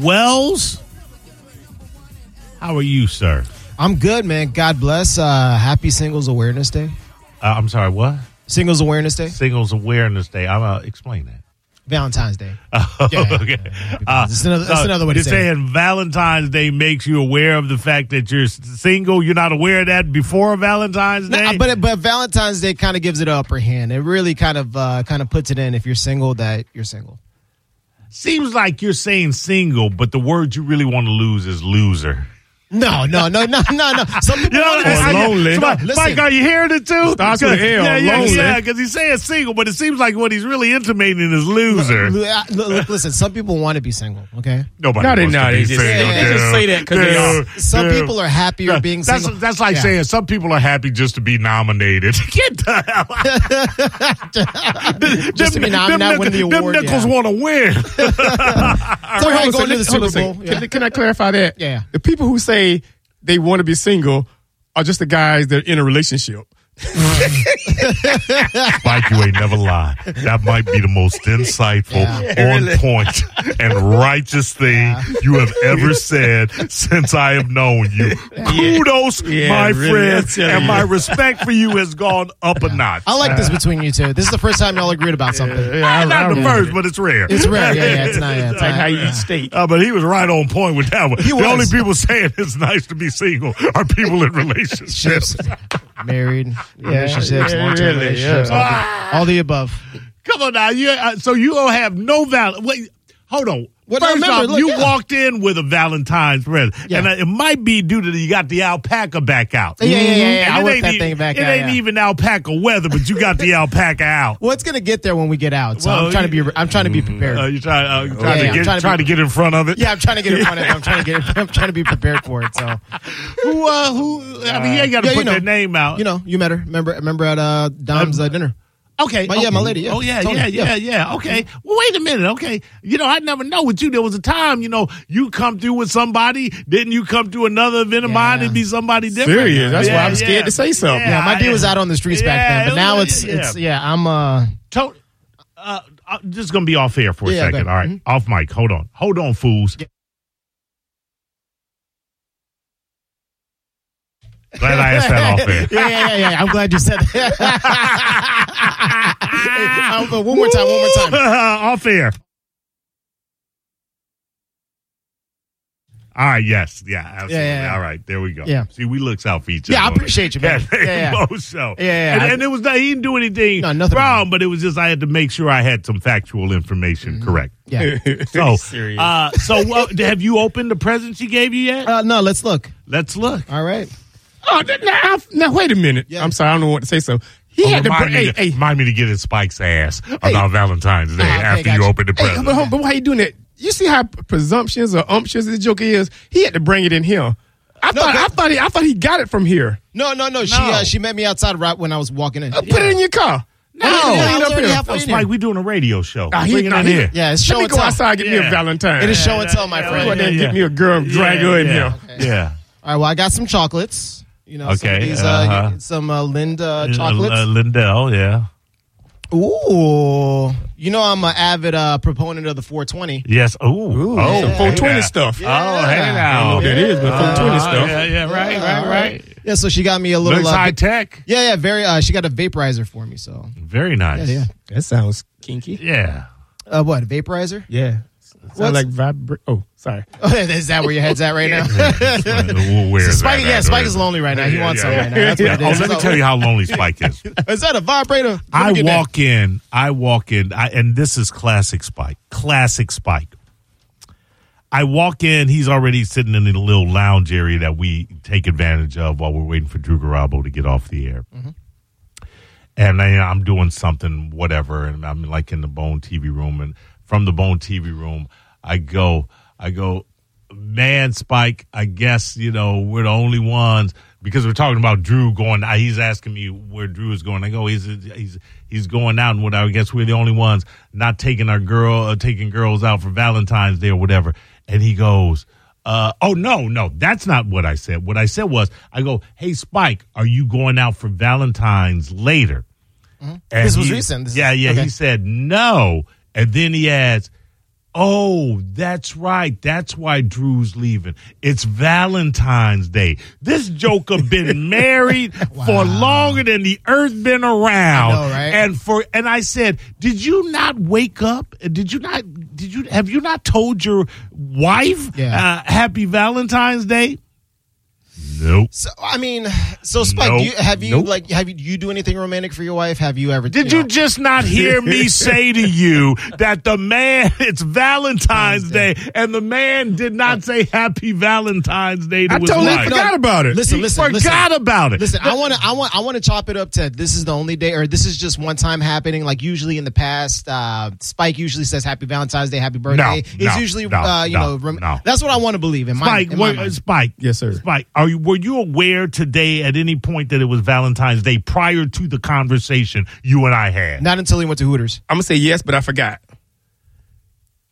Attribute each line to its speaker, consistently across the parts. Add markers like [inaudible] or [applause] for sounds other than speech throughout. Speaker 1: Wells. How are you, sir?
Speaker 2: I'm good, man. God bless. Uh, happy Singles Awareness Day.
Speaker 1: Uh, I'm sorry, what?
Speaker 2: Singles Awareness Day.
Speaker 1: Singles Awareness Day. I'm uh, explain that. [laughs]
Speaker 2: Valentine's Day. Yeah.
Speaker 1: Oh, okay. Uh,
Speaker 2: That's another- that's another way to
Speaker 1: you're
Speaker 2: say it.
Speaker 1: saying Valentine's Day makes you aware of the fact that you're s- single. You're not aware of that before Valentine's Day.
Speaker 2: No, but but Valentine's Day kind of gives it an upper hand. It really kind of uh, kind of puts it in if you're single that you're single.
Speaker 1: Seems like you're saying single, but the word you really want to lose is loser.
Speaker 2: No, no, no, no, no, no. Some
Speaker 1: [laughs]
Speaker 2: people
Speaker 1: You know,
Speaker 2: want
Speaker 1: I- I-
Speaker 2: to
Speaker 3: lonely.
Speaker 1: somebody-
Speaker 2: No, listen.
Speaker 1: Mike, are you hearing it too?
Speaker 3: Starts with
Speaker 1: 'Cause-
Speaker 3: L,
Speaker 1: yeah, yeah,
Speaker 3: lonely.
Speaker 1: yeah, because he's saying single, but it seems like what he's really intimating is loser.
Speaker 2: uh, listen. Some people want to be single. Okay.
Speaker 1: Nobody
Speaker 3: No, they
Speaker 1: wants to
Speaker 3: not.
Speaker 1: be
Speaker 3: They just-
Speaker 1: single.
Speaker 2: they
Speaker 3: just say that 'cause they
Speaker 1: Dude,
Speaker 3: are.
Speaker 2: Some
Speaker 1: dude.
Speaker 2: people are happier being
Speaker 1: that's,
Speaker 2: single.
Speaker 1: That's like
Speaker 2: Yeah.
Speaker 1: saying some people are happy just to be nominated. [laughs] Get the hell out.
Speaker 2: [laughs] Just to be nominated, win the award,
Speaker 1: Them nickels
Speaker 2: yeah.
Speaker 1: want to win.
Speaker 2: It's all right
Speaker 3: Hold on
Speaker 2: going
Speaker 3: a
Speaker 2: to the
Speaker 3: second. Hold
Speaker 2: Super
Speaker 3: on a
Speaker 2: Bowl.
Speaker 3: second.
Speaker 2: Yeah.
Speaker 3: Can, can I clarify that?
Speaker 2: Yeah.
Speaker 3: The people who say they want to be single are just the guys that are in a relationship.
Speaker 1: Mike, you ain't never lied. That might be the most insightful, on point, and righteous thing you have ever said since I have known you. Kudos,
Speaker 3: Yeah,
Speaker 1: my
Speaker 3: really,
Speaker 1: friend,
Speaker 3: I'm telling
Speaker 1: and
Speaker 3: you.
Speaker 1: my respect for you has gone up a notch.
Speaker 2: I like this between you two. This is the first time y'all agreed about something.
Speaker 1: Eh, not the first, but it's rare.
Speaker 2: It's rare. Yeah, yeah. It's not. Yeah, it's
Speaker 3: Like
Speaker 2: not-
Speaker 3: how you eat steak.
Speaker 1: Uh, but he was right on point with that one.
Speaker 2: He
Speaker 1: the
Speaker 2: was.
Speaker 1: only people saying it's nice to be single are people in relationships.
Speaker 2: [laughs] Ships, married, relationships,
Speaker 3: yeah,
Speaker 2: long-term
Speaker 3: really,
Speaker 2: relationships,
Speaker 3: yeah.
Speaker 2: all the- all the above.
Speaker 1: [laughs] Come on now, you uh, so you don't have no val. Wait, hold on.
Speaker 2: Well, now
Speaker 1: First
Speaker 2: remember,
Speaker 1: off,
Speaker 2: look,
Speaker 1: you
Speaker 2: yeah.
Speaker 1: walked in with a Valentine's present,
Speaker 2: Yeah.
Speaker 1: and uh, it might be due to the, you got the alpaca back out.
Speaker 2: Yeah, yeah, yeah, yeah,
Speaker 1: And
Speaker 2: I
Speaker 1: it
Speaker 2: whipped
Speaker 1: ain't
Speaker 2: that
Speaker 1: e-
Speaker 2: thing back
Speaker 1: It
Speaker 2: out,
Speaker 1: ain't
Speaker 2: yeah.
Speaker 1: even alpaca weather, but you
Speaker 2: [laughs]
Speaker 1: got the alpaca out.
Speaker 2: Well, it's gonna get there when we get out. So
Speaker 1: Well,
Speaker 2: I'm trying to
Speaker 1: you-
Speaker 2: be. I'm trying to be prepared.
Speaker 1: Uh, you try, uh, you trying
Speaker 2: yeah, I'm
Speaker 1: to get
Speaker 2: trying to
Speaker 1: trying to
Speaker 2: be-
Speaker 1: get in front of it.
Speaker 2: yeah, I'm trying to get in front of it. I'm trying to get. It, I'm trying to be prepared for it.
Speaker 1: [laughs]
Speaker 2: So
Speaker 1: Who? Uh, who? I mean, you ain't got to
Speaker 2: Yeah, you
Speaker 1: put
Speaker 2: know.
Speaker 1: their name out. Um,
Speaker 2: you know, you met her. Remember? Remember at uh, Dom's uh, dinner.
Speaker 1: Okay.
Speaker 2: My-
Speaker 1: oh,
Speaker 2: yeah, my lady, yeah.
Speaker 1: Oh, yeah,
Speaker 2: Totally,
Speaker 1: yeah, yeah, yeah,
Speaker 2: yeah.
Speaker 1: Okay. Well, wait a minute. Okay. You know, I never know with you. There was a time, you know, you come through with somebody, didn't you come through another event of mine?
Speaker 2: Yeah.
Speaker 1: It'd be somebody different.
Speaker 3: Serious. That's why I'm scared to say something.
Speaker 2: Yeah, my dude was out on the streets back
Speaker 1: Yeah,
Speaker 2: then,
Speaker 1: it
Speaker 2: but now
Speaker 1: was-
Speaker 2: it's
Speaker 1: yeah.
Speaker 2: it's yeah. I'm uh
Speaker 1: To- uh, I'm just going to be off air for a
Speaker 2: Yeah,
Speaker 1: second.
Speaker 2: okay. Mm-hmm.
Speaker 1: All right. Off mic. Hold on. Hold on, fools. Glad I asked that off air.
Speaker 2: [laughs] yeah yeah yeah. yeah. I'm glad you said that. [laughs] Hey, uh, one more time, one more time.
Speaker 1: [laughs] off air. All right, yes, yeah, absolutely.
Speaker 2: Yeah, yeah, yeah.
Speaker 1: All right, there we go.
Speaker 2: Yeah.
Speaker 1: See, we looks out for each other.
Speaker 2: Yeah, I appreciate you, man.
Speaker 1: [laughs] Yeah,
Speaker 2: Yeah, yeah.
Speaker 1: Mo show.
Speaker 2: Yeah, yeah,
Speaker 1: And,
Speaker 2: I-
Speaker 1: and it was not, he didn't do anything
Speaker 2: No, nothing
Speaker 1: wrong,
Speaker 2: wrong.
Speaker 1: but it was just I had to make sure I had some factual information
Speaker 2: Mm-hmm.
Speaker 1: correct. [laughs]
Speaker 2: Yeah.
Speaker 1: So,
Speaker 3: Serious.
Speaker 1: uh, so uh, have you opened the present she gave you yet?
Speaker 2: Uh, no, let's look.
Speaker 1: Let's look.
Speaker 2: All right.
Speaker 3: oh, th- now, I- now, wait a minute.
Speaker 2: Yeah.
Speaker 3: I'm sorry. I don't know what to say. So he
Speaker 1: Oh,
Speaker 3: had to.
Speaker 1: remind,
Speaker 3: Bring,
Speaker 1: me
Speaker 3: hey,
Speaker 1: to
Speaker 3: hey,
Speaker 1: remind me to get in Spike's ass about Valentine's Day
Speaker 2: okay,
Speaker 1: after
Speaker 2: gotcha.
Speaker 1: you open the
Speaker 3: hey,
Speaker 1: present.
Speaker 3: but, hold- but why you doing that? You see how presumptions or umptious this joke is? He had to bring it in here. I thought. I thought. He, I thought he got it from here.
Speaker 2: No, no, no. She uh, she met me outside right when I was walking in.
Speaker 3: Put it in your car. No,
Speaker 2: I was already halfway in
Speaker 1: Mike,
Speaker 2: here.
Speaker 1: we doing a radio show.
Speaker 3: Ah, he-
Speaker 1: Bring it
Speaker 3: ah,
Speaker 1: in
Speaker 3: he-
Speaker 1: here.
Speaker 2: Yeah, it's
Speaker 3: Let
Speaker 2: show
Speaker 3: me
Speaker 2: and
Speaker 3: go
Speaker 2: tell.
Speaker 3: outside and get me
Speaker 1: Yeah.
Speaker 3: a Valentine.
Speaker 2: It is show and tell, my
Speaker 1: yeah,
Speaker 2: friend.
Speaker 3: Go out there and
Speaker 1: yeah,
Speaker 3: get
Speaker 1: yeah.
Speaker 3: me a girl and drag her in
Speaker 1: yeah.
Speaker 3: here.
Speaker 1: Yeah.
Speaker 2: All right. Well, I got some chocolates. You know, some of
Speaker 1: Okay,
Speaker 2: these, uh,
Speaker 1: uh-huh.
Speaker 2: some uh, Linda
Speaker 1: Uh, uh,
Speaker 2: chocolates.
Speaker 1: Lindell, yeah.
Speaker 2: Ooh, you know I'm an avid uh, proponent of the 420.
Speaker 1: Yes. Ooh. oh,
Speaker 3: some 420
Speaker 1: yeah.
Speaker 3: stuff.
Speaker 1: Oh, hey now.
Speaker 3: I don't know what that is, but
Speaker 2: Uh-huh.
Speaker 3: 420 stuff.
Speaker 1: Yeah, yeah, right, right, right.
Speaker 2: Yeah, so she got me a little.
Speaker 1: Looks
Speaker 2: uh,
Speaker 1: high
Speaker 2: va-
Speaker 1: tech.
Speaker 2: yeah, yeah, very. Uh, she got a vaporizer for me. So,
Speaker 1: Very nice.
Speaker 2: yeah.
Speaker 3: That sounds kinky.
Speaker 1: Yeah.
Speaker 2: uh, what vaporizer? [laughs]
Speaker 3: Yeah.
Speaker 2: What's-
Speaker 3: Sounds like vibra- Oh, sorry.
Speaker 2: Is that where your head's at
Speaker 1: [laughs]
Speaker 2: right now?
Speaker 1: We'll wear
Speaker 2: Spike,
Speaker 1: that
Speaker 2: yeah,
Speaker 1: out.
Speaker 2: Spike is lonely right now. He
Speaker 1: Yeah,
Speaker 2: wants
Speaker 1: yeah, yeah.
Speaker 2: some right now. That's
Speaker 1: [laughs]
Speaker 2: what
Speaker 1: Yeah.
Speaker 2: it
Speaker 1: Oh,
Speaker 2: is.
Speaker 1: let me
Speaker 2: So-
Speaker 1: tell you how lonely Spike
Speaker 2: [laughs]
Speaker 1: is.
Speaker 2: [laughs] Is that a vibrator? Let me
Speaker 1: I
Speaker 2: get that.
Speaker 1: walk in. I walk in. I, and this is classic Spike. Classic Spike. I walk in. He's already sitting in the little lounge area that we take advantage of while we're waiting for Drew Garabo to get off the air. And I, I'm doing something, whatever. And I'm like in the Bone TV room. And from the Bone TV room, I go, I go, man, Spike. I guess you know we're the only ones because we're talking about Drew going. I- He's asking me where Drew is going. I go, he's he's he's going out, and what I guess we're the only ones not taking our girl, uh, taking girls out for Valentine's Day or whatever. And he goes. Uh, oh no, no, that's not what I said. What I said was, I go, "Hey Spike, are you going out for Valentine's later?" And
Speaker 2: This Mm-hmm. was recent. This is-
Speaker 1: yeah, yeah.
Speaker 2: okay.
Speaker 1: He said no, and then he adds, Oh, that's right. That's why Drew's leaving. It's Valentine's Day. This joker
Speaker 2: [laughs]
Speaker 1: been married for longer than the earth been around.
Speaker 2: I know, right?
Speaker 1: And for and I said, "Did you not wake up? Did you not did you have you not told your wife
Speaker 2: Yeah.
Speaker 1: uh, happy Valentine's Day?" Nope.
Speaker 2: So I mean, so Spike,
Speaker 1: Nope.
Speaker 2: do you, have you
Speaker 1: Nope.
Speaker 2: like have you, do you do anything romantic for your wife? Have you ever?
Speaker 1: Did
Speaker 2: know-
Speaker 1: you just not hear
Speaker 2: [laughs]
Speaker 1: me say to you that the man, [laughs] it's Valentine's Day, and the man did not say Happy Valentine's Day to
Speaker 3: Uh, I
Speaker 1: his
Speaker 3: totally
Speaker 1: wife?
Speaker 3: forgot about it.
Speaker 2: Listen,
Speaker 1: He
Speaker 2: listen, listen.
Speaker 1: forgot about it.
Speaker 2: Listen, I want to, I want, I want to chop it up to this is the only day, or this is just one time happening. Like usually in the past, uh, Spike usually says Happy Valentine's Day, Happy Birthday. it's
Speaker 1: no,
Speaker 2: usually,
Speaker 1: no,
Speaker 2: uh, you
Speaker 1: no,
Speaker 2: know, rem-
Speaker 1: no.
Speaker 2: that's what I want to believe in my,
Speaker 1: Spike,
Speaker 2: in my
Speaker 1: were,
Speaker 2: mind.
Speaker 1: Spike,
Speaker 3: Yes, sir.
Speaker 1: Spike, are you were you aware today at any point that it was Valentine's Day prior to the conversation you and I had?
Speaker 2: Not until he went to Hooters.
Speaker 3: I'm gonna say yes, but I forgot.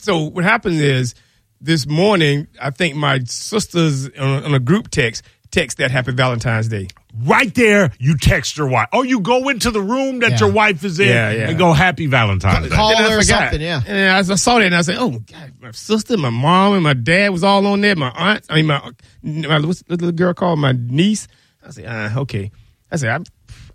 Speaker 3: So what happened is this morning, I think my sisters on, on a group text text that Happy Valentine's Day.
Speaker 1: Right there, you text your wife, or you go into the room that
Speaker 2: Yeah.
Speaker 1: your wife is in
Speaker 3: Yeah, yeah.
Speaker 1: and go Happy Valentine's
Speaker 3: [laughs]
Speaker 1: Day.
Speaker 2: Call
Speaker 3: Then I
Speaker 2: her or
Speaker 3: forgot.
Speaker 2: something, yeah.
Speaker 3: And I, I saw that and I said, "Oh God, my sister, my mom, and my dad was all on there. My aunt, I mean, my, my what's the little girl called my niece." I said, uh, "Okay." I said, I'm,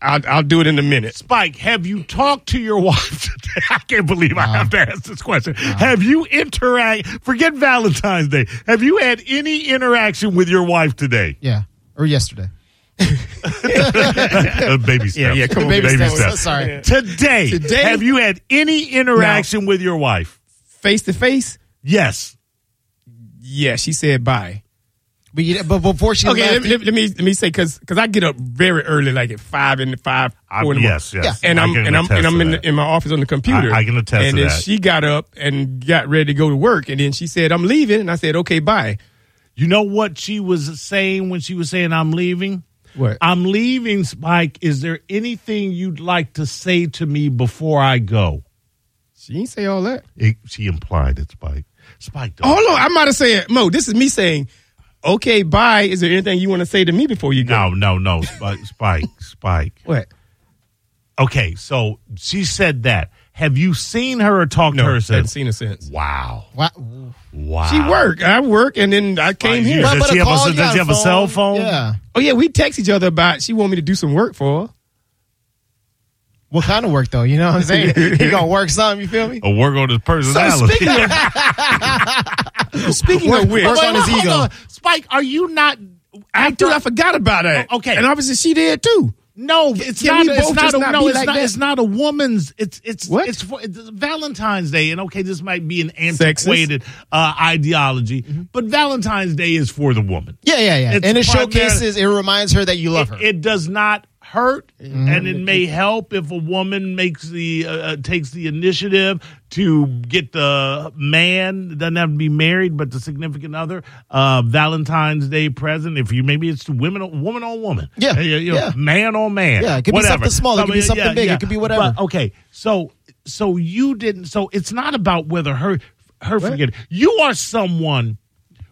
Speaker 3: "I'll I'll do it in a minute."
Speaker 1: Spike, have you talked to your wife [laughs] today? I can't believe I have to ask this question. Have you interact? Forget Valentine's Day. Have you had any interaction with your wife
Speaker 3: [laughs]
Speaker 1: today? [laughs]
Speaker 2: Yeah, or yesterday.
Speaker 1: Uh, baby steps.
Speaker 3: Yeah, yeah, come on,
Speaker 2: Baby,
Speaker 1: Baby
Speaker 2: steps.
Speaker 1: steps.
Speaker 2: So sorry.
Speaker 1: Today,
Speaker 3: Today?
Speaker 1: have you had any interaction with your wife?
Speaker 3: Face to face,
Speaker 1: Yes.
Speaker 3: yeah. She said bye.
Speaker 2: But you, but before she
Speaker 3: Okay,
Speaker 2: left,
Speaker 3: let, me- let me let me say because I get up very early, like at five and five.
Speaker 1: I-
Speaker 3: four in the morning.
Speaker 1: yes, yes.
Speaker 3: And
Speaker 1: I
Speaker 3: I'm
Speaker 1: can
Speaker 3: and I'm
Speaker 1: attest
Speaker 3: and I'm
Speaker 1: to
Speaker 3: in,
Speaker 1: that.
Speaker 3: the, in my office on the computer.
Speaker 1: I- I can attest
Speaker 3: And
Speaker 1: to
Speaker 3: then
Speaker 1: that.
Speaker 3: she got up and got ready to go to work, and then she said, "I'm leaving," and I said, "Okay, bye."
Speaker 1: You know what she was saying when she was saying, I'm leaving?
Speaker 3: What?
Speaker 1: I'm leaving, Spike. Is there anything you'd like to say to me before I go?
Speaker 3: She didn't say all that.
Speaker 1: It, she implied it, Spike. Spike, don't-
Speaker 3: Oh, hold on, I might have said, "Mo, this is me saying." Okay, bye. Is there anything you want to say to me before you go?
Speaker 1: No, no, no, Spike, [laughs] Spike, Spike.
Speaker 3: What?
Speaker 1: Okay, so she said that. Have you seen her or talked
Speaker 3: No,
Speaker 1: to her
Speaker 3: haven't
Speaker 1: since?
Speaker 3: seen her since.
Speaker 1: wow,
Speaker 2: wow.
Speaker 1: wow.
Speaker 3: She worked. I work, and then I came
Speaker 1: you
Speaker 3: here.
Speaker 1: Does
Speaker 2: But- but
Speaker 1: she have a-
Speaker 2: call,
Speaker 1: does
Speaker 2: you got
Speaker 1: she have a cell phone?
Speaker 2: Yeah.
Speaker 3: Oh yeah, we text each other about. She want me to do some work for her.
Speaker 2: What kind of work though? You know what I'm saying?
Speaker 1: [laughs]
Speaker 2: he gonna work some. You feel me?
Speaker 1: A work on his personality. [laughs]
Speaker 2: speaking
Speaker 1: of,
Speaker 3: Speaking of which,
Speaker 2: work on his ego.
Speaker 1: Spike, are you not?
Speaker 3: I dude, I forgot about that.
Speaker 1: Oh, okay.
Speaker 3: and obviously she did too.
Speaker 1: No, it's not.
Speaker 3: can we
Speaker 1: It's
Speaker 3: both
Speaker 1: not,
Speaker 3: just
Speaker 1: a,
Speaker 3: not
Speaker 1: no,
Speaker 3: be
Speaker 1: it's
Speaker 3: like
Speaker 1: not.
Speaker 3: that?
Speaker 1: It's not a woman's. It's it's
Speaker 3: What?
Speaker 1: it's, for, it's Valentine's Day, and okay, this might be an
Speaker 3: Sexist? Mm-hmm.
Speaker 1: antiquated uh, ideology, but Valentine's Day is for the woman.
Speaker 2: Yeah, yeah, yeah.
Speaker 1: It's
Speaker 2: and it
Speaker 1: primarily-
Speaker 2: showcases. It reminds her that you love her. Mm-hmm.
Speaker 1: It, it does not hurt, and it may help if a woman makes the uh, uh, takes the initiative to get the man it doesn't have to be married, but the significant other uh, Valentine's Day present. If you maybe it's women on- woman on woman,
Speaker 2: Yeah,
Speaker 1: Uh, you- you know,
Speaker 2: yeah.
Speaker 1: man on man,
Speaker 2: Yeah, it could be
Speaker 1: whatever.
Speaker 2: something small, it could be
Speaker 1: Somebody-
Speaker 2: something big, it could be whatever.
Speaker 1: But, okay, so so you didn't. So it's not about whether her her forget. You are someone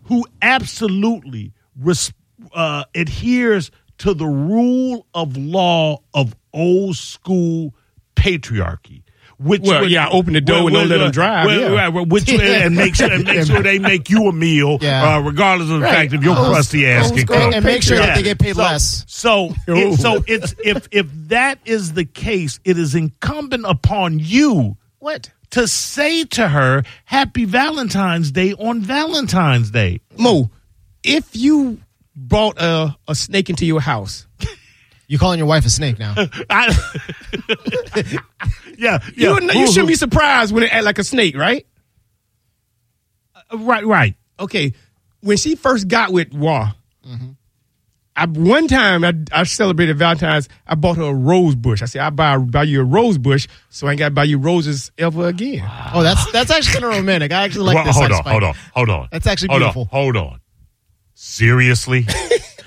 Speaker 1: who absolutely res, uh, adheres to the rule of law of old school patriarchy. Which
Speaker 3: Well, yeah, open the door and don't let 'em drive,
Speaker 1: well,
Speaker 3: yeah.
Speaker 1: right, well,
Speaker 3: [laughs]
Speaker 1: which and make sure and make sure they make you a meal,
Speaker 2: Yeah.
Speaker 1: uh, regardless of the fact if your
Speaker 2: Old-
Speaker 1: crusty ass
Speaker 2: old
Speaker 1: can
Speaker 2: school
Speaker 1: cook.
Speaker 2: And make sure that they
Speaker 1: Yeah.
Speaker 2: get paid
Speaker 1: So-
Speaker 2: less. [laughs]
Speaker 1: So, it, so it's if if that is the case, it is incumbent upon you
Speaker 2: What?
Speaker 1: to say to her Happy Valentine's Day on Valentine's Day. [laughs]
Speaker 3: Mo, if you brought a, a snake into your house,
Speaker 2: You calling your wife a
Speaker 1: [laughs]
Speaker 2: snake now?
Speaker 1: I, yeah, yeah.
Speaker 3: you, wouldn't- you shouldn't be surprised when it act like a snake, right?
Speaker 1: right, right.
Speaker 3: Okay, when she first got with Wah,
Speaker 1: Mm-hmm.
Speaker 3: I, one time I, I celebrated Valentine's. I bought her a rose bush. I said, "I buy buy you a rose bush, so I ain't got to buy you roses ever again."
Speaker 2: oh, that's that's actually kind of romantic. I actually like
Speaker 1: Well,
Speaker 2: this.
Speaker 1: hold
Speaker 2: side
Speaker 1: on,
Speaker 2: spike.
Speaker 1: hold on, hold on.
Speaker 2: That's actually
Speaker 1: hold
Speaker 2: beautiful.
Speaker 1: On, hold on. Seriously,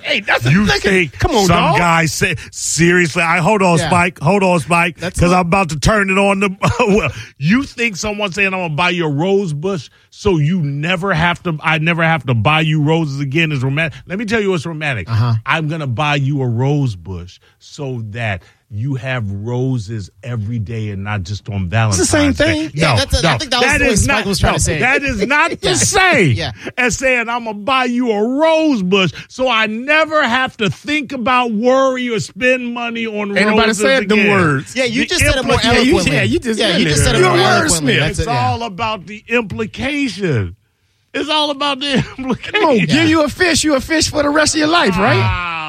Speaker 3: Hey, that's
Speaker 1: you
Speaker 3: that's
Speaker 1: think
Speaker 3: come on,
Speaker 1: some
Speaker 3: dog.
Speaker 1: guy said seriously? I hold on,
Speaker 2: Yeah.
Speaker 1: Spike. Hold on, Spike,
Speaker 2: That's
Speaker 1: because
Speaker 2: it.
Speaker 1: I'm about to turn it on. The [laughs] well, you think someone saying I'm gonna buy you a rose bush so you never have to? I never have to buy you roses again is romantic. Let me tell you, what's romantic.
Speaker 2: Uh-huh.
Speaker 1: I'm gonna buy you a rose bush so that you have roses every day and not just on Valentine's.
Speaker 3: same
Speaker 1: Day.
Speaker 3: thing.
Speaker 2: Yeah,
Speaker 1: no,
Speaker 2: that's a-
Speaker 1: no,
Speaker 2: I think that was the way
Speaker 1: is
Speaker 2: Spike
Speaker 1: not,
Speaker 2: was trying
Speaker 1: no,
Speaker 2: to say it.
Speaker 1: That is not
Speaker 2: [laughs]
Speaker 1: the
Speaker 2: Yeah.
Speaker 1: same
Speaker 2: Yeah.
Speaker 1: as saying I'm gonna buy you a rose bush, so I never have to think about worry or spend money on
Speaker 3: Ain't nobody
Speaker 1: roses
Speaker 3: said them
Speaker 1: again.
Speaker 3: words.
Speaker 2: Yeah, you
Speaker 1: The
Speaker 2: just said it more
Speaker 1: implica- Yeah, you-
Speaker 2: eloquently.
Speaker 3: yeah, you just
Speaker 2: yeah,
Speaker 3: said
Speaker 2: you
Speaker 3: it.
Speaker 2: just said it
Speaker 3: You're
Speaker 2: more
Speaker 3: a
Speaker 2: eloquently.
Speaker 3: wordsmith.
Speaker 2: That's
Speaker 1: It's
Speaker 2: it, yeah.
Speaker 1: all about the implication. It's all about the [laughs] implication.
Speaker 3: Come on, give you a fish, you a fish for the rest of your life,
Speaker 1: Ah.
Speaker 3: right?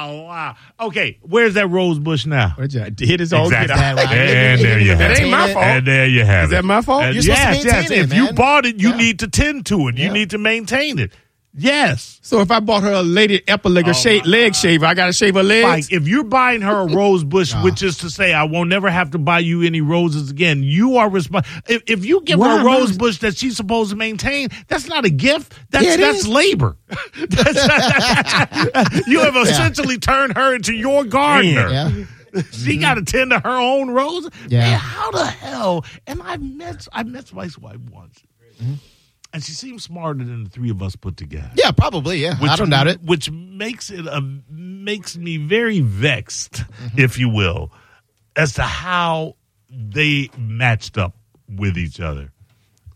Speaker 1: Wow, wow. Okay, where's that rose bush now?
Speaker 3: What you did is all
Speaker 1: Exactly.
Speaker 3: get out.
Speaker 2: That
Speaker 1: [laughs]
Speaker 2: right.
Speaker 1: And there you have
Speaker 3: That ain't my
Speaker 2: Maintain it.
Speaker 3: fault.
Speaker 1: And there you have
Speaker 3: Is
Speaker 1: it.
Speaker 3: that my fault?
Speaker 1: And
Speaker 3: You're
Speaker 2: supposed to
Speaker 1: yes, yes.
Speaker 2: maintain it,
Speaker 1: if you
Speaker 2: man.
Speaker 1: bought it, you
Speaker 2: Yeah.
Speaker 1: need to tend to it. You
Speaker 2: Yeah.
Speaker 1: need to maintain it. Yes.
Speaker 3: So if I bought her a lady
Speaker 1: Oh
Speaker 3: epilegger shave, leg shaver, I gotta shave her
Speaker 1: Like
Speaker 3: legs.
Speaker 1: if you're buying her a
Speaker 3: [laughs]
Speaker 1: rose bush, which is to say, I won't never have to buy you any roses again. You are responsible. If, if you give
Speaker 3: Why
Speaker 1: her a
Speaker 3: am I
Speaker 1: rose
Speaker 3: res-
Speaker 1: bush that she's supposed to maintain, that's not a gift. That's
Speaker 3: Yeah, it
Speaker 1: that's
Speaker 3: is.
Speaker 1: labor. [laughs] That's- [laughs] you have essentially turned her into your gardener.
Speaker 2: Yeah.
Speaker 1: She
Speaker 3: Mm-hmm.
Speaker 1: got to tend to her own rose.
Speaker 2: Yeah.
Speaker 1: Man, how the hell? And I met I met Spice White once,
Speaker 3: Mm-hmm.
Speaker 1: and she seemed smarter than the three of us put together.
Speaker 2: Yeah, probably. Yeah, I don't doubt it.
Speaker 1: Which makes it a makes me very vexed,
Speaker 2: Mm-hmm.
Speaker 1: if you will, as to how they matched up with each other.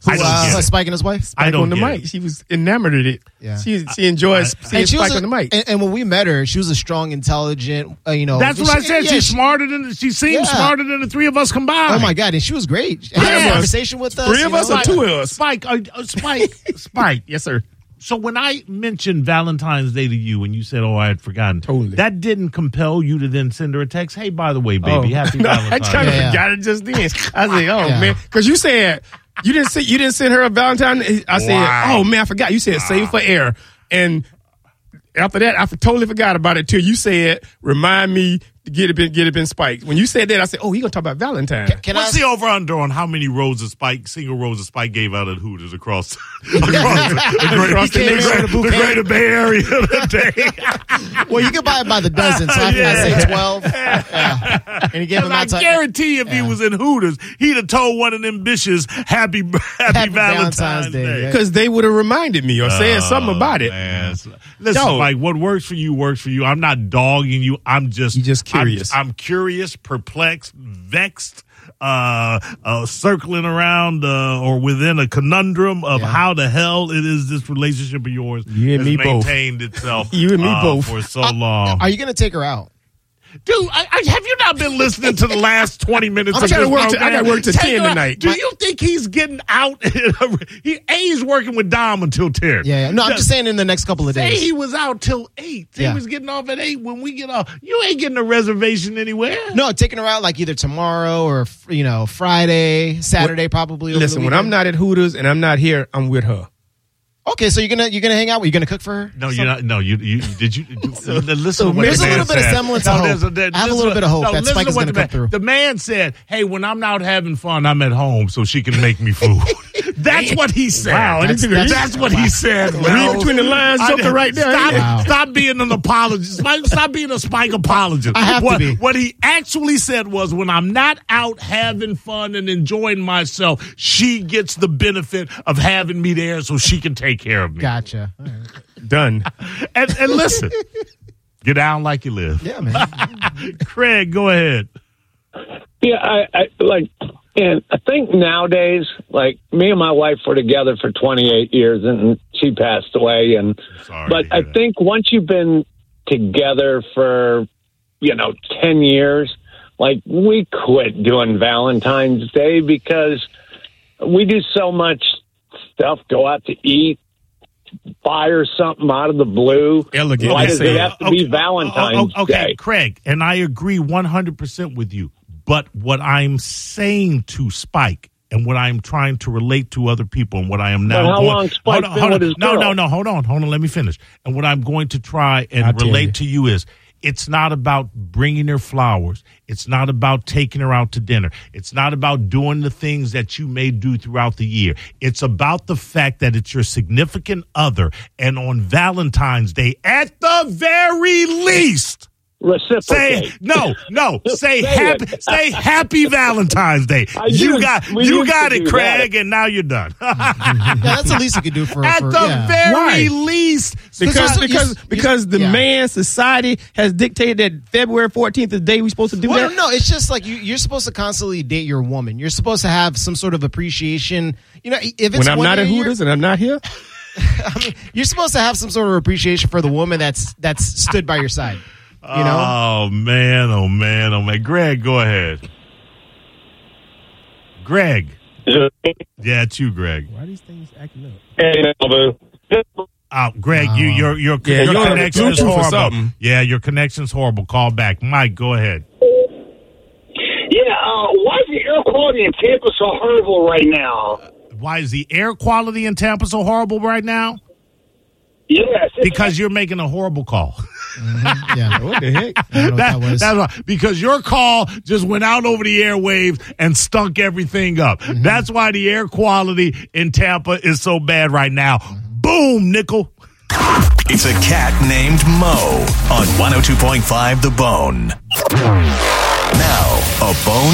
Speaker 1: I don't
Speaker 2: Uh,
Speaker 1: get it.
Speaker 2: Spike and his wife.
Speaker 1: I don't
Speaker 3: on the
Speaker 1: get
Speaker 3: mic.
Speaker 1: it.
Speaker 3: She was enamored of it.
Speaker 2: Yeah.
Speaker 3: She she enjoys seeing
Speaker 2: she was
Speaker 3: Spike
Speaker 2: a-
Speaker 3: on
Speaker 1: [laughs]
Speaker 3: the mic.
Speaker 2: And, and when we met her, she was a strong, intelligent. Uh, you know,
Speaker 1: That's what
Speaker 2: she-
Speaker 1: I said.
Speaker 2: yeah,
Speaker 1: She's
Speaker 2: she-
Speaker 1: smarter than she seems
Speaker 2: Yeah.
Speaker 1: smarter than the three of us combined.
Speaker 2: Oh my god, and she was great. She had
Speaker 1: Three
Speaker 2: a
Speaker 1: of us.
Speaker 2: conversation with us.
Speaker 3: Three
Speaker 2: you
Speaker 3: of us
Speaker 2: know,
Speaker 3: or
Speaker 2: like-
Speaker 3: two of us?
Speaker 1: Spike, uh, uh,
Speaker 2: [laughs]
Speaker 1: Spike, Spike.
Speaker 3: Yes, sir.
Speaker 1: So when I mentioned Valentine's Day to you and you said, "Oh, I had forgotten,"
Speaker 3: Totally.
Speaker 1: that didn't compel you to then send her a text. Hey, by the way, baby,
Speaker 2: [laughs]
Speaker 3: Oh.
Speaker 1: happy
Speaker 3: [laughs] No, I
Speaker 1: Valentine's.
Speaker 3: kind of
Speaker 1: Day."
Speaker 2: Yeah.
Speaker 3: forgot it just then. I said,
Speaker 2: [laughs]
Speaker 3: "Oh
Speaker 2: Yeah.
Speaker 3: man," because you said you didn't see, you didn't send her a Valentine. I said,
Speaker 1: Wow.
Speaker 3: "Oh man, I forgot." You said save for air, and after that, I totally forgot about it till you said, "Remind me to get it been get it been spiked." When you said that, I said, "Oh, he gonna talk about Valentine."
Speaker 2: Can
Speaker 1: What's
Speaker 2: I?
Speaker 1: the over under on how many roses Spike, single roses Spike gave out at Hooters across [laughs] across, the, great,
Speaker 3: Across the
Speaker 1: the
Speaker 3: nation.
Speaker 1: great- the greater Bay Area today?
Speaker 2: Well, you could buy it by the dozen, so I think I
Speaker 1: Yeah. [laughs]
Speaker 2: say twelve. Yeah. And he gave
Speaker 1: Because
Speaker 2: him
Speaker 1: I
Speaker 2: out. to-
Speaker 1: guarantee if he was in Hooters, he'd have told one of them bitches, "Happy Happy, Valentine's,
Speaker 2: Valentine's
Speaker 1: Day."
Speaker 2: Day, yeah.
Speaker 3: Because they would have reminded me or said something about it.
Speaker 1: Oh, Man, it's- Listen,
Speaker 3: Yo.
Speaker 1: Mike, what works for you works for you. I'm not dogging you. I'm just
Speaker 3: You just curious.
Speaker 1: I'm, I'm curious, perplexed, vexed, uh, uh, circling around uh, or within a conundrum of
Speaker 2: Yeah.
Speaker 1: how the hell it is this relationship of yours
Speaker 3: You and
Speaker 1: has
Speaker 3: me both.
Speaker 1: maintained itself.
Speaker 3: [laughs] You and me
Speaker 1: uh,
Speaker 3: both.
Speaker 1: for so long,
Speaker 2: Are you going to take her out?
Speaker 1: dude. I, I, have you not been listening to the last twenty minutes?
Speaker 3: I'm
Speaker 1: of
Speaker 3: trying to
Speaker 1: this
Speaker 3: work to- I
Speaker 1: program?
Speaker 3: gotta work to
Speaker 1: Take
Speaker 3: 10
Speaker 1: her out.
Speaker 3: tonight.
Speaker 1: Do
Speaker 3: My-
Speaker 1: you think he's getting out? [laughs] he A, he's working with Dom until ten.
Speaker 2: Yeah. yeah. No, I'm
Speaker 1: Just-
Speaker 2: just saying in the next couple of
Speaker 1: Say
Speaker 2: days.
Speaker 1: he was out till eight. He
Speaker 2: Yeah.
Speaker 1: was getting off at eight. When we get off, you ain't getting a reservation anywhere.
Speaker 2: No, taking her out like either tomorrow or you know Friday, Saturday, probably. over the
Speaker 3: Listen, when I'm
Speaker 2: weekend.
Speaker 3: not at Hooters and I'm not here, I'm with her.
Speaker 2: okay, so you're gonna you're gonna hang out. You're gonna cook for her.
Speaker 1: No, you're not. No, you, you did you [laughs] do, listen. to what
Speaker 2: there's
Speaker 1: the
Speaker 2: a
Speaker 1: man
Speaker 2: little bit of
Speaker 1: said.
Speaker 2: semblance of
Speaker 1: there's
Speaker 2: hope.
Speaker 1: there-
Speaker 2: I have a
Speaker 1: listen
Speaker 2: little
Speaker 1: to-
Speaker 2: bit of hope that
Speaker 1: listen
Speaker 2: Spike
Speaker 1: to
Speaker 2: is
Speaker 1: what
Speaker 2: gonna
Speaker 1: the man-
Speaker 2: come through.
Speaker 1: The man said, "Hey, when I'm out having fun, I'm at home, so she can make [laughs] me food." that's what he said.
Speaker 3: Wow, I didn't
Speaker 1: that's,
Speaker 3: figure
Speaker 1: that's,
Speaker 3: he-
Speaker 1: what he said.
Speaker 3: Read between the lines,
Speaker 1: I-
Speaker 3: something
Speaker 2: [laughs]
Speaker 3: right there.
Speaker 1: Stop,
Speaker 3: ain't it?
Speaker 2: Wow.
Speaker 1: stop being an apologist. Spike- Stop being a Spike apologist.
Speaker 2: I have to
Speaker 1: what,
Speaker 2: be.
Speaker 1: What he actually said was, when I'm not out having fun and enjoying myself, she gets the benefit of having me there, so she can take care of me.
Speaker 2: Gotcha. All right.
Speaker 3: Done.
Speaker 1: And, and listen,
Speaker 2: [laughs]
Speaker 1: get down like you live.
Speaker 2: Yeah, man.
Speaker 1: Craig, go ahead.
Speaker 4: Yeah, I, I like, and I think nowadays, like me and my wife were together for 28 years, and she passed away. And
Speaker 1: Sorry
Speaker 4: but
Speaker 1: to
Speaker 4: I
Speaker 1: hear that.
Speaker 4: think once you've been together for you know 10 years, like we quit doing Valentine's Day because we do so much stuff, go out to eat, buy her something out of the blue.
Speaker 3: Elegant.
Speaker 4: Why
Speaker 3: I
Speaker 4: does
Speaker 3: said.
Speaker 4: it have to be Valentine's
Speaker 1: O- o- Oh, okay,
Speaker 4: Day?
Speaker 1: Craig, and I agree 100% with you. But what I'm saying to Spike and what I'm trying to relate to other people and what I am now
Speaker 4: But how
Speaker 1: going,
Speaker 4: long Spike
Speaker 1: hold on,
Speaker 4: been
Speaker 1: hold on.
Speaker 4: with his
Speaker 1: No, no,
Speaker 4: girl?
Speaker 1: no, hold on. Hold on, let me finish. And what I'm going to try and
Speaker 3: I'll tell
Speaker 1: relate
Speaker 3: you.
Speaker 1: to you is it's not about bringing her flowers. It's not about taking her out to dinner. It's not about doing the things that you may do throughout the year. It's about the fact that it's your significant other. And on Valentine's Day, at the very least,
Speaker 4: Reciprocate.
Speaker 1: Say no, no.
Speaker 4: [laughs]
Speaker 1: Say
Speaker 4: Say
Speaker 1: happy.
Speaker 4: it.
Speaker 1: Say happy Valentine's Day.
Speaker 4: [laughs] I
Speaker 1: you
Speaker 4: used-
Speaker 1: got
Speaker 4: we
Speaker 1: you
Speaker 4: used
Speaker 1: got
Speaker 4: to
Speaker 1: it,
Speaker 4: do that.
Speaker 1: Craig, and now you're done. [laughs]
Speaker 2: Yeah, that's the least you could do for
Speaker 1: At
Speaker 2: for-
Speaker 1: the
Speaker 2: yeah.
Speaker 1: very
Speaker 3: Why?
Speaker 1: least,
Speaker 2: Because-
Speaker 3: Because because
Speaker 2: you-
Speaker 3: because the
Speaker 2: yeah.
Speaker 3: man society has dictated that February fourteenth is the day we're supposed to do
Speaker 2: Well,
Speaker 3: that.
Speaker 2: no, it's just like you, you're supposed to constantly date your woman. You're supposed to have some sort of appreciation. You know, if it's
Speaker 3: When I'm
Speaker 2: one
Speaker 3: not
Speaker 2: day
Speaker 3: at
Speaker 2: a year-
Speaker 3: Hooters and I'm not here,
Speaker 2: you're supposed to have some sort of appreciation for the woman that's that's stood by your side. You know,
Speaker 3: Uh,
Speaker 1: Oh man, oh man, oh man. Greg, go ahead. Greg. Yeah, it's you, Greg.
Speaker 3: why are these things acting up?
Speaker 4: Hey, Malibu.
Speaker 1: Oh, Greg, you your your,
Speaker 3: Yeah,
Speaker 1: your
Speaker 3: you're on the
Speaker 1: connection is
Speaker 3: Bluetooth or
Speaker 1: horrible.
Speaker 3: something.
Speaker 1: Yeah, your connection's horrible. Call back. Mike, go ahead.
Speaker 4: Yeah, uh, why is the air quality in Tampa so horrible right now?
Speaker 1: Why is the air quality in Tampa so horrible right now?
Speaker 4: Yes, it's
Speaker 1: Because you're making a horrible call. [laughs]
Speaker 2: yeah.
Speaker 3: What the heck?
Speaker 2: [laughs] I don't know
Speaker 1: That-
Speaker 2: what
Speaker 3: [laughs]
Speaker 2: that was.
Speaker 1: That's why. Because your call just went out over the airwaves and stunk everything up. That's why the air quality in Tampa is so bad right now. Boom, nickel.
Speaker 5: It's a cat named oh Mo on 102.5 The Bone. Now, a bone